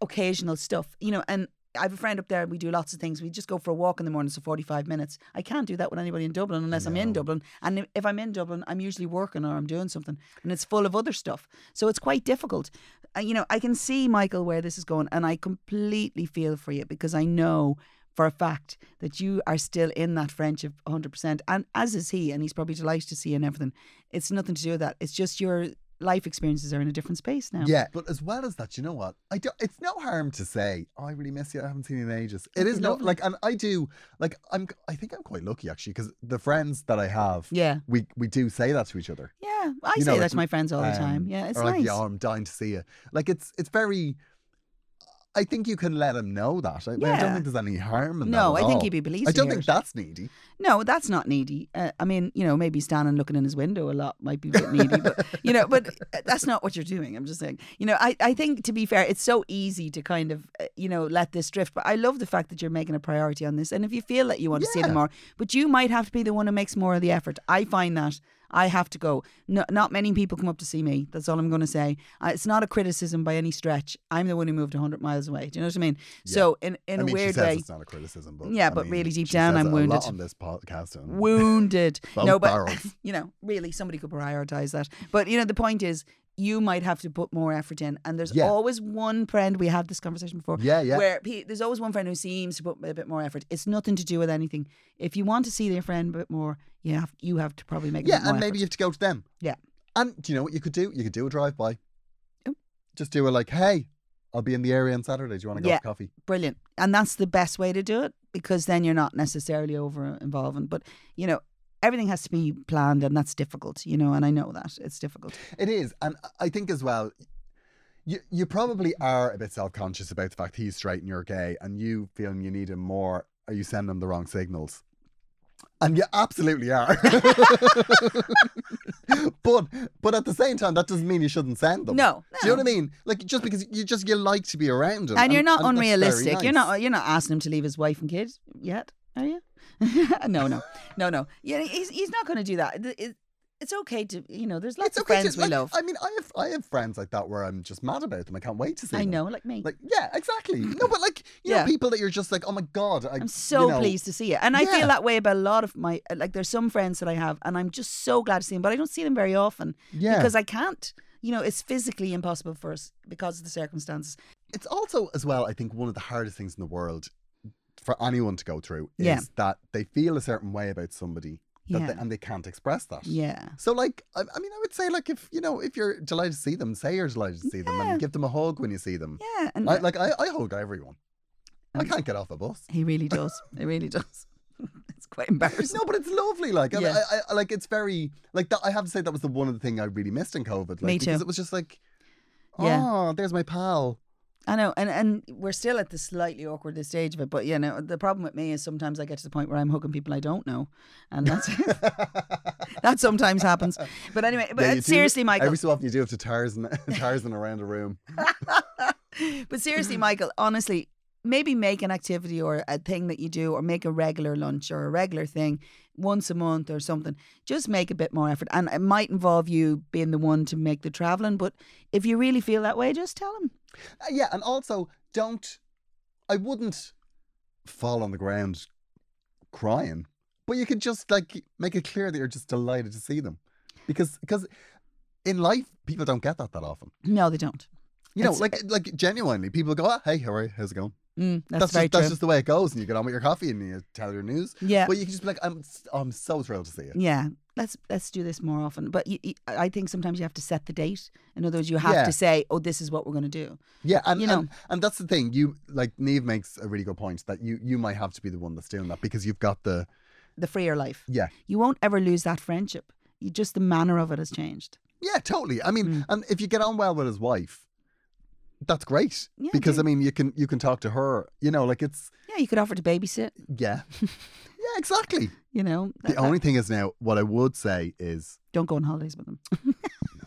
S2: occasional stuff, you know, and. I have a friend up there. We do lots of things. We just go for a walk in the morning, so forty-five minutes. I can't do that with anybody in Dublin unless I'm in Dublin. And if I'm in Dublin, I'm usually working or I'm doing something, and it's full of other stuff. So it's quite difficult. Uh, you know, I can see Michael where this is going, and I completely feel for you because I know for a fact that you are still in that friendship 100%. And as is he, and he's probably delighted to see you and everything. It's nothing to do with that. It's just your life experiences are in a different space now.
S3: Yeah, but as well as that, you know what? I do, it's no harm to say oh, I really miss you. I haven't seen you in ages. It is not like, and I do like I'm. I think I'm quite lucky actually because the friends that I have,
S2: Yeah.
S3: we we do say that to each other.
S2: Yeah. I
S3: You
S2: say
S3: know,
S2: that
S3: like,
S2: to my friends all the time.
S3: um,
S2: Yeah. It's
S3: or like,
S2: nice.
S3: yeah, I'm dying to see you. Like it's it's very. I think you can let him know that. I, mean, I don't
S2: Yeah.
S3: think there's any harm in that.
S2: No,
S3: at
S2: I think
S3: all.
S2: he'd be pleased
S3: I
S2: to
S3: don't
S2: hear
S3: think
S2: it.
S3: that's needy.
S2: No, that's not needy. Uh, I mean, you know, maybe standing looking in his window a lot might be a bit needy, but <laughs> you know, but uh, that's not what you're doing. I'm just saying, you know, I, I think to be fair, it's so easy to kind of, uh, you know, let this drift. But I love the fact that you're making a priority on this, and if you feel that you want to see
S3: Yeah.
S2: them more, but you might have to be the one who makes more of the effort. I find that. I have to go. No, not many people come up to see me. That's all I'm going to say. Uh, it's not a criticism by any stretch. I'm the one who moved 100 miles away. Do you know what I mean? So in in
S3: I mean,
S2: a weird
S3: she says
S2: way,
S3: it's not a criticism, but
S2: Yeah,
S3: I
S2: but
S3: mean,
S2: really deep
S3: she
S2: down, I'm
S3: says it a lot
S2: wounded.
S3: on this podcast. And <laughs>
S2: wounded.
S3: Both
S2: no, but
S3: barrels.
S2: <laughs> you know, really, somebody could prioritize that. But you know, the point is, you might have to put more effort in. And there's
S3: Yeah.
S2: always one friend. We had this conversation before.
S3: Yeah, yeah.
S2: Where pe- there's always one friend who seems to put a bit more effort. It's nothing to do with anything. If you want to see your friend a bit more, you have you have to probably make. a
S3: yeah,
S2: bit more
S3: and maybe you
S2: effort.
S3: have to go to them.
S2: Yeah. Oh.
S3: And do you know what you could do? You could do a drive by.
S2: Yep.
S3: Just do a like, hey, I'll be in the area on Saturday. Do you want to go
S2: Yeah.
S3: for coffee?
S2: brilliant, and that's the best way to do it because then you're not necessarily over involving. But you know. Everything has to be planned, and that's difficult, you know. And I know that it's difficult.
S3: It is, and I think as well, you you probably are a bit self conscious about the fact he's straight and you're gay, and you feeling you need him more. Are you sending him the wrong signals? And you absolutely are. <laughs> but but at the same time, that doesn't mean you shouldn't send them.
S2: No,
S3: Do you know
S2: no.
S3: what I mean? Like just because you just you like to be around him,
S2: and you're not
S3: that's very
S2: unrealistic. You're
S3: nice.
S2: not you're not asking him to leave his wife and kids yet, are you? <laughs> no, no, no, no. Yeah, he's he's not going to do that. It- it- it's okay to you know. There's lots
S3: It's
S2: of
S3: okay
S2: friends
S3: to,
S2: we
S3: like,
S2: love.
S3: I mean, I have I have friends like that where I'm just mad about them. I can't wait to see.
S2: I
S3: them.
S2: know, like me.
S3: Like yeah, exactly. No, but like you know,
S2: Yeah.
S3: people that you're just like, oh my god, I,
S2: I'm so
S3: you know,
S2: pleased to see you, and I
S3: Yeah.
S2: feel that way about a lot of my like. There's some friends that I have, and I'm just so glad to see them, but I don't see them very often
S3: Yeah.
S2: because I can't. You know, it's physically impossible for us because of the circumstances.
S3: It's also as well, I think, one of the hardest things in the world for anyone to go through is
S2: Yeah.
S3: that they feel a certain way about somebody, that
S2: Yeah.
S3: they, and they can't express that.
S2: Yeah.
S3: So, like, I, I mean, I would say, like, if you know, if you're delighted to see them, say you're delighted to see them,
S2: Yeah.
S3: and give them a hug when you see them.
S2: Yeah, and Um,
S3: I, like, I, I hug everyone. I can't get off a bus.
S2: he really does. he really does. <laughs> it's quite embarrassing.
S3: No, but it's lovely. Like, and
S2: Yeah.
S3: I, I, like it's very like that. I have to say that was the one of the thing I really missed in COVID. Like,
S2: Me
S3: Because
S2: too.
S3: it was just like, oh,
S2: Yeah.
S3: there's my pal.
S2: I know, and and we're still at the slightly awkward stage of it. But you know, the problem with me is sometimes I get to the point where I'm hugging people I don't know, and
S3: <laughs>
S2: that's <laughs> that sometimes happens. But anyway, but uh,
S3: Yeah, you do-
S2: seriously, Michael.
S3: Every so often you do have to <laughs> Tarzan, Tarzan around a room.
S2: but
S3: <clears throat>
S2: seriously, Michael. Honestly, maybe make an activity or a thing that you do, or make a regular lunch or a regular thing once a month or something. Just make a bit more effort, and it might involve you being the one to make the traveling. But if you really feel that way, just tell him.
S3: Uh, yeah, and also don't. I wouldn't fall on the ground crying, but you could just like make it clear that you're just delighted to see them, because because in life people don't get that that often.
S2: No, they don't.
S3: You know,
S2: It's-
S3: like like genuinely, people go, oh, "Hey, how are you? How's it going?"
S2: Mm, that's,
S3: That's,
S2: very
S3: just, that's
S2: true.
S3: just the way it goes, and you get on with your coffee and you tell your news.
S2: yeah.
S3: But you can just be like, "I'm s- oh, I'm so thrilled to see you."
S2: Yeah, let's let's do this more often. But you, you, I think sometimes you have to set the date. In other words, you have
S3: Yeah.
S2: to say, "Oh, this is what we're going to do."
S3: Yeah, and,
S2: You know.
S3: and and that's the thing. You like Neve makes a really good point that you you might have to be the one that's doing that because you've got the
S2: The freer life.
S3: yeah
S2: You won't ever lose that friendship. You just the manner of it has changed.
S3: yeah totally. I mean,
S2: Mm.
S3: and if you get on well with his wife, that's great
S2: Yeah,
S3: because
S2: do-
S3: I mean you can you can talk to her. You know, like it's
S2: Yeah, you could offer to babysit. <laughs>
S3: yeah yeah exactly.
S2: You know,
S3: The
S2: That- that-
S3: only thing is now what I would say is
S2: don't go on holidays with them.
S3: No,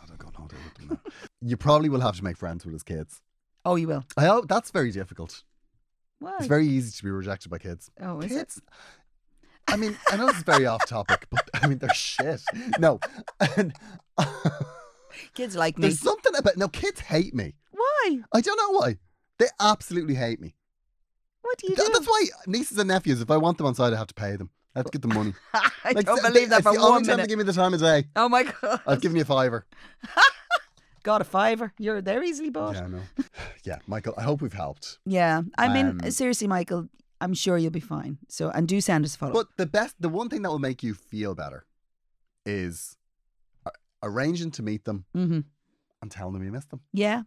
S3: don't go on holiday with them now. you probably will have to make friends with his kids.
S2: Oh, you will.
S3: I hope that's very difficult.
S2: Well,
S3: It's very easy to be rejected by kids.
S2: Oh, is it?
S3: kids. I mean, I know this is very off topic, but <laughs> I mean they're shit. No, and
S2: Kids like me.
S3: there's something about no kids hate me.
S2: Why?
S3: I don't know why. They absolutely hate me.
S2: What do you
S3: Th-
S2: do?
S3: That's why nieces and nephews. If I want them on side, I have to pay them. I have to give them money.
S2: <laughs> <laughs> I
S3: Like,
S2: don't
S3: they-
S2: believe that
S3: it's
S2: for
S3: the only
S2: one
S3: time they
S2: minute.
S3: give me the time of day.
S2: oh my god!
S3: I've given you a
S2: <laughs>
S3: fiver.
S2: Got a fiver. You're they're easily bought.
S3: Yeah, I know. <sighs> Yeah, Michael. I hope we've helped.
S2: Yeah, I mean,
S3: Um,
S2: seriously, Michael, I'm sure you'll be fine. So, and do send us a follow.
S3: But the best, the one thing that will make you feel better is a- arranging to meet them
S2: mm-hmm.
S3: and telling them you miss them.
S2: yeah,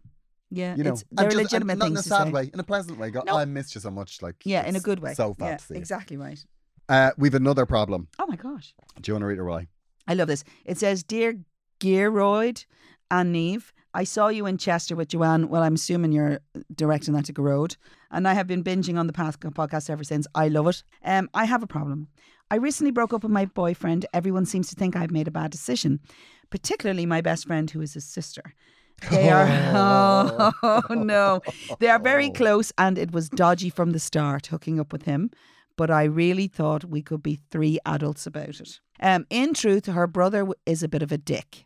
S2: yeah,
S3: You know,
S2: Uh, it's
S3: And
S2: they're
S3: just- and
S2: legitimate
S3: not in
S2: things
S3: a
S2: to
S3: sad
S2: say.
S3: way, in a pleasant way. Go,
S2: No.
S3: I missed you so much. Like,
S2: Yeah, in a
S3: it's
S2: good way.
S3: So fab
S2: yeah,
S3: to see. you."
S2: Exactly right.
S3: Uh, we've another problem.
S2: Oh my gosh,
S3: Do you want to read it, Roy?
S2: I love this. It says, "Dear Gearoyd and Neve." I saw you in Chester with Joanne. Well, I'm assuming you're directing that to Garode. And I have been binging on the past podcast ever since. I love it. Um, I have a problem. I recently broke up with my boyfriend. Everyone seems to think I've made a bad decision, particularly my best friend, who is his sister. They are <laughs> oh, no. They are very close and it was dodgy from the start hooking up with him, but I really thought we could be three adults about it. Um in truth her brother w- is a bit of a dick.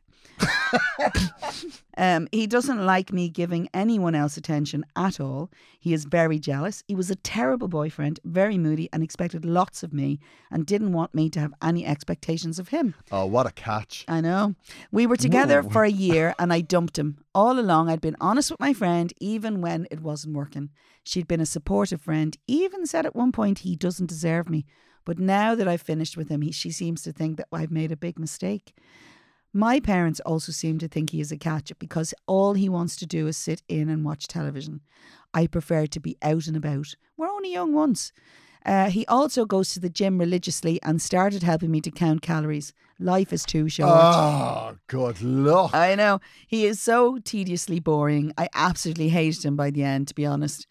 S2: um he doesn't like me giving anyone else attention at all. He is very jealous. He was a terrible boyfriend, very moody and expected lots of me and didn't want me to have any expectations of him.
S3: Oh, what a catch.
S2: I know. We were together
S3: Whoa.
S2: for a year and I dumped him. All along, I'd been honest with my friend, even when it wasn't working. She'd been a supportive friend, even said at one point, he doesn't deserve me. But now that I've finished with him, he, she seems to think that I've made a big mistake. My parents also seem to think he is a catch because all he wants to do is sit in and watch television. I prefer to be out and about. We're only young once. Uh, he also goes to the gym religiously and started helping me to count calories. Life is too short.
S3: Oh, good luck.
S2: I know. He is so tediously boring. I absolutely hated him by the end, to be honest.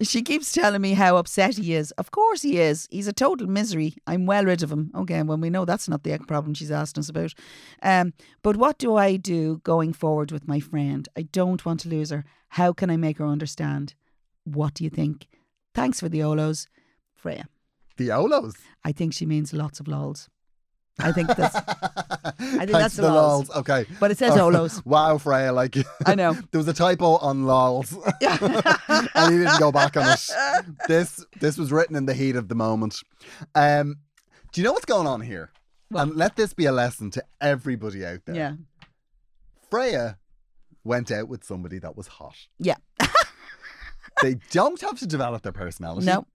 S2: she keeps telling me how upset he is. Of course he is. He's a total misery. I'm well rid of him. Okay, well, we know that's not the problem she's asking us about. Um, but what do I do going forward with my friend? I don't want to lose her. How can I make her understand? What do you think? Thanks for the Olos, Freya.
S3: the Olos.
S2: I think she means lots of lols. I think that's.
S3: <laughs> I
S2: think that's
S3: the
S2: the lols.
S3: lols. Okay.
S2: But it says
S3: Oh,
S2: Olos.
S3: <laughs> Wow, Freya. Like,
S2: I know.
S3: <laughs> there was a typo
S2: <laughs>
S3: on lols. <laughs> and he didn't go back on it. This this was written in the heat of the moment. Um, do you know what's going on here? And let this be a lesson to everybody out there.
S2: Yeah.
S3: Freya went out with somebody that was hot.
S2: Yeah.
S3: They don't have to develop their personality.
S2: No.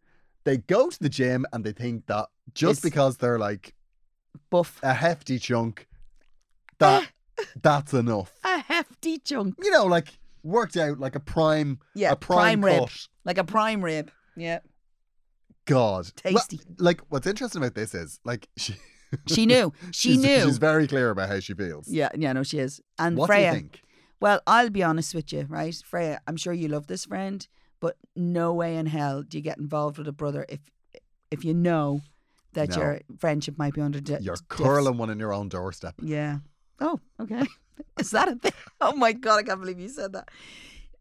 S3: They go to the gym and they think that just
S2: It's-
S3: because they're like
S2: Buff.
S3: a hefty chunk, that that's enough.
S2: <laughs> a hefty chunk.
S3: You know, like worked out like a prime,
S2: Yeah,
S3: a prime,
S2: prime rib.
S3: cut.
S2: Like a prime rib. Yeah.
S3: God, Well,
S2: Tasty.
S3: like what's interesting about this is like <laughs> she,
S2: She knew.
S3: <laughs>
S2: She
S3: she's,
S2: knew.
S3: she's very clear about how she feels.
S2: yeah, yeah, no, she is. And
S3: What
S2: Freya.
S3: do you think?
S2: Well, I'll be honest with you, right? Freya, I'm sure you love this friend, but no way in hell do you get involved with a brother if if you know that
S3: No.
S2: your friendship might be under di-
S3: You're
S2: diffs.
S3: curling one in your own doorstep.
S2: Yeah. Oh, okay. <laughs> Is that a thing? <laughs> Oh my god, I can't believe you said that.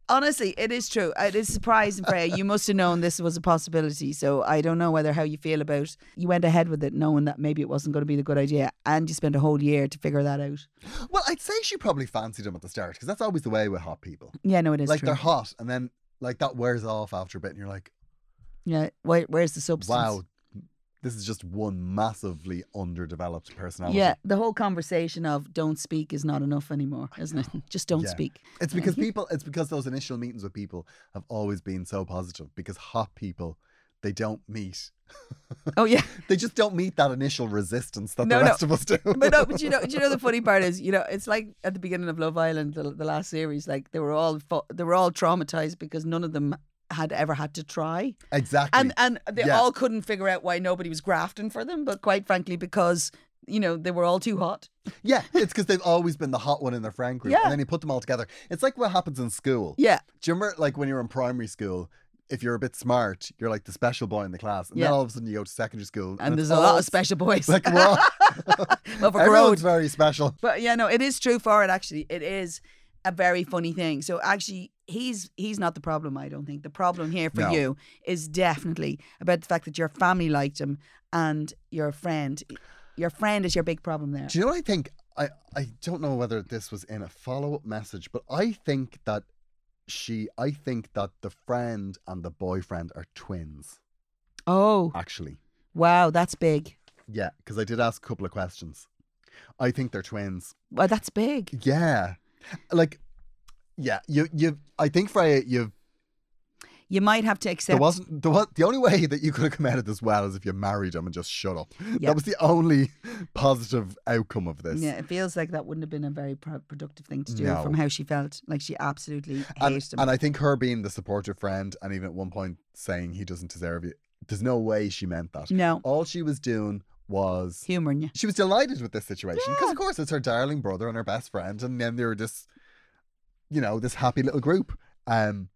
S2: Honestly, it is true. It is surprising, Freya. You must have known this was a possibility. So I don't know whether how you feel about you went ahead with it, knowing that maybe it wasn't going to be the good idea, and you spent a whole year to figure that out.
S3: Well, I'd say she probably fancied him at the start because that's always the way with hot people.
S2: Yeah, no, it is
S3: like
S2: true.
S3: they're hot, and then like that wears off after a bit, and you're like,
S2: yeah, where, where's the substance?
S3: wow, This is just one massively underdeveloped personality.
S2: Yeah, the whole conversation of don't speak is not enough anymore, isn't it? <laughs> Just don't
S3: Yeah. <laughs>
S2: speak.
S3: It's because
S2: Mm-hmm.
S3: people, it's because those initial meetings with people have always been so positive because hot people, they don't meet.
S2: Oh yeah.
S3: They just don't meet that initial resistance that
S2: No,
S3: the
S2: no.
S3: rest of us do.
S2: <laughs> But no, but you know, do you know the funny part is, you know, it's like at the beginning of Love Island, the, the last series, like they were all fu- they were all traumatized because none of them had ever had to try,
S3: <laughs> exactly.
S2: and and they
S3: Yeah.
S2: all couldn't figure out why nobody was grafting for them. But quite frankly, because you know they were all too hot.
S3: yeah, it's because they've always been the hot one in their friend group.
S2: Yeah.
S3: And then you put them all together. It's like what happens in school.
S2: Yeah,
S3: Do you remember, like, when you were in primary school? If you're a bit smart, you're like the special boy in the class. And then
S2: Yeah.
S3: all of a sudden you go to secondary school.
S2: and,
S3: it's
S2: there's a lot
S3: all-
S2: of special boys. <laughs>
S3: <laughs> Like, we're all,
S2: Well, for Corrode.
S3: everyone's very special.
S2: But yeah, no, it is true for it. Actually, it is a very funny thing. So actually, he's he's not the problem. I don't think the problem here for
S3: No.
S2: you is definitely about the fact that your family liked him and your friend. Your friend is your big problem there.
S3: Do you know what I think? I, I don't know whether this was in a follow up message, but I think that she, I think that the friend and the boyfriend are twins,
S2: Oh
S3: actually.
S2: wow, that's big.
S3: Yeah, because I did ask a couple of questions. I think they're twins.
S2: Well, that's big.
S3: Yeah. Like, yeah, you, you, I think Freya, you've,
S2: You might have to accept.
S3: there wasn't, there was, the only way that you could have come out of this well is if you married him and just shut up.
S2: Yeah.
S3: That was the only <laughs> positive outcome of this.
S2: yeah, it feels like that wouldn't have been a very pro- productive thing to do
S3: No.
S2: from how she felt. Like she absolutely
S3: and,
S2: hated him.
S3: and I think her being the supportive friend, and even at one point saying he doesn't deserve it, there's no way she meant that.
S2: no,
S3: All she was doing was
S2: humouring you.
S3: she was delighted with this situation because, of course, it's her darling brother and her best friend, and then they were just, you know, this happy little group. Um,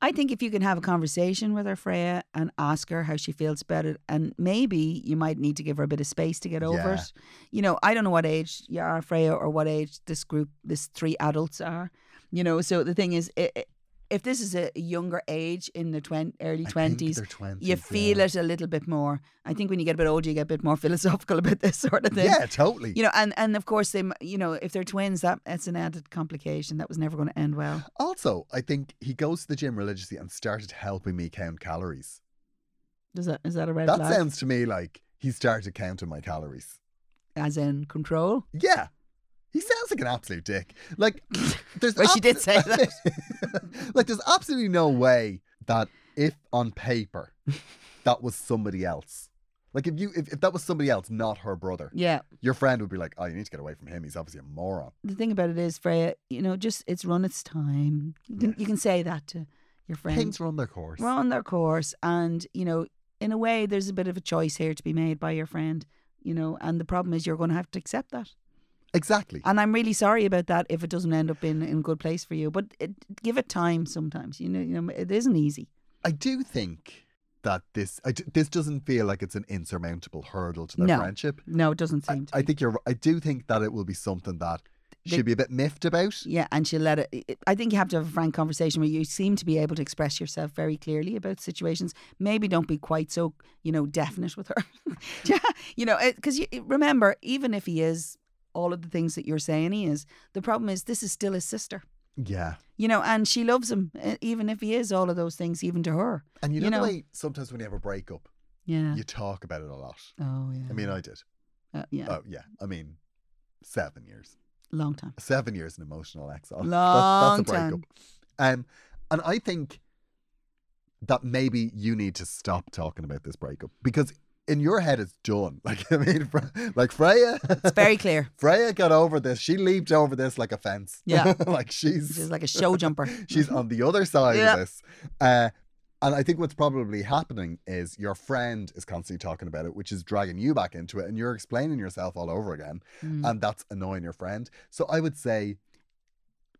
S2: I think if you can have a conversation with her, Freya, and ask her how she feels about it, and maybe you might need to give her a bit of space to get over
S3: Yeah.
S2: it. You know, I don't know what age you are, Freya, or what age this group, this three adults are. You know, so the thing is, i i if this is a younger age in the twen- early
S3: I think
S2: twenties,
S3: they're 20s,
S2: you feel
S3: yeah.
S2: it a little bit more. I think when you get a bit older, you get a bit more <laughs> philosophical about this sort of thing.
S3: Yeah, totally.
S2: You know, and, and of course they, m- you know, if they're twins, that that's an added complication that was never going to end well.
S3: also, I think he goes to the gym religiously and started helping me count calories.
S2: Does that is that a red
S3: that
S2: flag?
S3: sounds to me like he started counting my calories.
S2: As in control.
S3: Yeah. He sounds like an absolute dick.
S2: <laughs>
S3: Like there's
S2: Well, she did
S3: abso-
S2: say
S3: that. <laughs> like there's absolutely no way that if
S2: <laughs>
S3: on paper that was somebody else. Like if you if, if that was somebody else, not her brother,
S2: Yeah.
S3: your friend would be like, Oh, you need to get away from him. He's obviously a moron.
S2: The thing about it is, Freya, you know, just it's run its time. You can, you can say that to your friends.
S3: Things run their course.
S2: Run their course. And, you know, in a way, there's a bit of a choice here to be made by your friend, you know, and the problem is you're going to have to accept that.
S3: Exactly.
S2: And I'm really sorry about that if it doesn't end up in, in a good place for you. But it, give it time sometimes, you know, you know, it isn't easy.
S3: I do think that this I d- this doesn't feel like it's an insurmountable hurdle to their
S2: No.
S3: friendship.
S2: No, it doesn't
S3: I,
S2: seem to.
S3: I
S2: be.
S3: think you're r- I do think that it will be something that
S2: They-
S3: she'd be a bit miffed about.
S2: Yeah, and she'll let it, it. I think you have to have a frank conversation where you seem to be able to express yourself very clearly about situations. Maybe don't be quite so, you know, definite with her. <laughs> yeah, you know, because you remember, even if he is all of the things that you're saying he is, the problem is this is still his sister,
S3: Yeah.
S2: you know, and she loves him, e- even if he is all of those things, even to her.
S3: And you know,
S2: You know?
S3: the way sometimes when you have a breakup,
S2: Yeah.
S3: you talk about it a lot.
S2: oh, yeah.
S3: I mean, I did.
S2: uh, yeah,
S3: Oh, yeah. I mean, seven years.
S2: long
S3: <laughs>
S2: time.
S3: Seven years in emotional exile. <laughs>
S2: Long
S3: that's, that's a breakup. Um, and I think that maybe you need to stop talking about this breakup because in your head it's done. <laughs> Like, I mean, Fre- like Freya.
S2: It's very clear.
S3: <laughs> Freya got over this. She leaped over this like a fence. <laughs>
S2: Yeah.
S3: like she's
S2: She's like a show jumper.
S3: <laughs> She's on the other side
S2: Yeah.
S3: of this. Uh, and I think what's probably happening is your friend is constantly talking about it, which is dragging you back into it, and you're explaining yourself all over again,
S2: Mm.
S3: and that's annoying your friend. So I would say,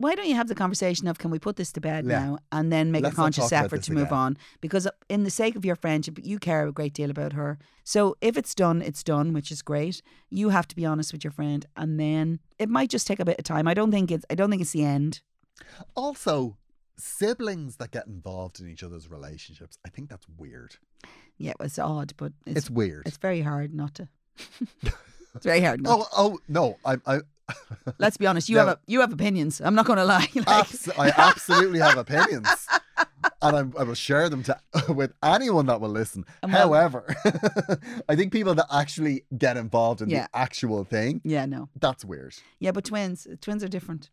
S2: why don't you have the conversation of can we put this to bed
S3: Yeah.
S2: now and then make a
S3: Let's not talk
S2: conscious
S3: about
S2: effort
S3: this
S2: to move
S3: again.
S2: on because uh, in the sake of your friendship you care a great deal about her so if it's done it's done which is great you have to be honest with your friend and then it might just take a bit of time i don't think it's i don't think it's the end
S3: also siblings that get involved in each other's relationships. I think that's weird.
S2: yeah it's odd but it's
S3: It's,
S2: it's,
S3: weird.
S2: very hard not to <laughs> it's very hard not
S3: oh, oh no! I, I,
S2: to. let's be honest you <laughs>
S3: No. Ah.
S2: have a, you have opinions i'm not going to lie like,
S3: abs- I absolutely have opinions. and I'm, I will share them to <laughs> with anyone that will listen.
S2: And well-
S3: However, <laughs> I think people that actually get involved in
S2: Yeah.
S3: the actual thing,
S2: Yeah, no.
S3: that's weird.
S2: Yeah, but twins, twins are different,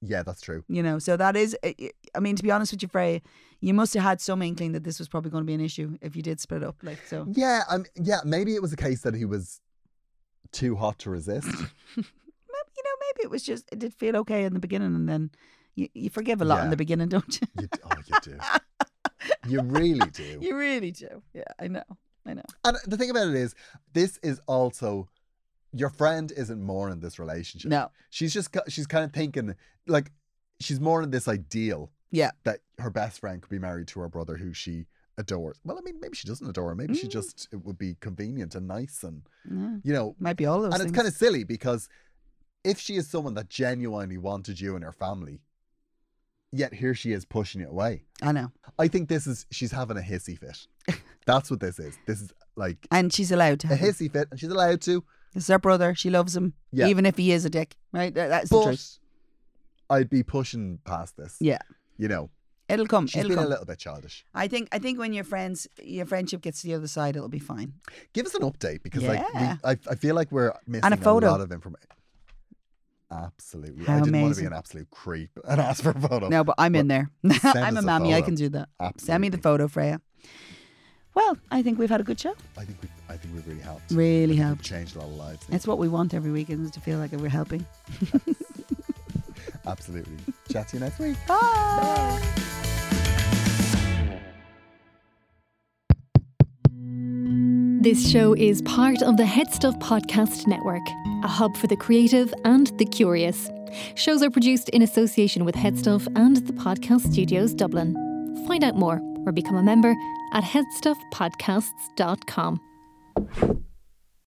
S3: Yeah, that's true.
S2: you know. So that is, I I mean, to be honest with you, Frey, you must have had some inkling that this was probably going to be an issue if you did split up. Like, so
S3: Yeah, um, yeah. Maybe it was a case that he was too hot to resist.
S2: Maybe- you know, maybe it was just it did feel okay in the beginning, and then you, you forgive a lot in
S3: Yeah.
S2: the beginning, don't you?
S3: You, d- oh, you do. You really do.
S2: <laughs> you really do. Yeah, I know. I know.
S3: And the thing about it is, this is also your friend isn't more in this relationship.
S2: No.
S3: she's just ki- she's kind of thinking like she's more in this ideal
S2: Yeah.
S3: that her best friend could be married to her brother who she adores. Well, I mean, maybe she doesn't adore. him. Maybe she
S2: Mm.
S3: just it would be convenient and nice and
S2: No.
S3: you know.
S2: Might be all those
S3: And
S2: things.
S3: it's kind of silly because if she is someone that genuinely wanted you and her family, yet here she is pushing it away.
S2: I know.
S3: I think this is she's having a hissy
S2: <laughs>
S3: fit. That's what this is. This is like
S2: And she's allowed to.
S3: a
S2: Have him.
S3: hissy fit, and she's allowed to.
S2: This is her brother. She loves him,
S3: Yeah.
S2: even if he is a dick. Right? That- That's the
S3: But
S2: truth.
S3: I'd be pushing past this.
S2: Yeah.
S3: You know,
S2: It'll come.
S3: she's
S2: it'll
S3: been
S2: come.
S3: a little bit childish.
S2: I think. I think when your friends, your friendship gets to the other side, it'll be fine.
S3: Give us an update because, like, we,
S2: Yeah.
S3: I, I feel like we're missing a,
S2: photo.
S3: lot of information. Absolutely. I
S2: How
S3: didn't want to be
S2: amazing.
S3: an absolute creep and <laughs> ask for a photo.
S2: No, but I'm in there. <laughs>
S3: send
S2: I'm a
S3: us a
S2: mammy. I
S3: photo.
S2: can do that.
S3: Absolutely.
S2: Send me the photo, Freya. Well, I think we've had a good show.
S3: I think we, I think we really helped.
S2: Really
S3: I think we've
S2: helped.
S3: Changed a lot of lives. <laughs>
S2: It's what we want every weekend is to feel like we're helping.
S3: Absolutely. Chat to you next week.
S2: Bye.
S1: This show is part of the Head Stuff Podcast Network, a hub for the creative and the curious. Shows are produced in association with Headstuff and the Podcast Studios Dublin. Find out more or become a member at headstuffpodcasts.com.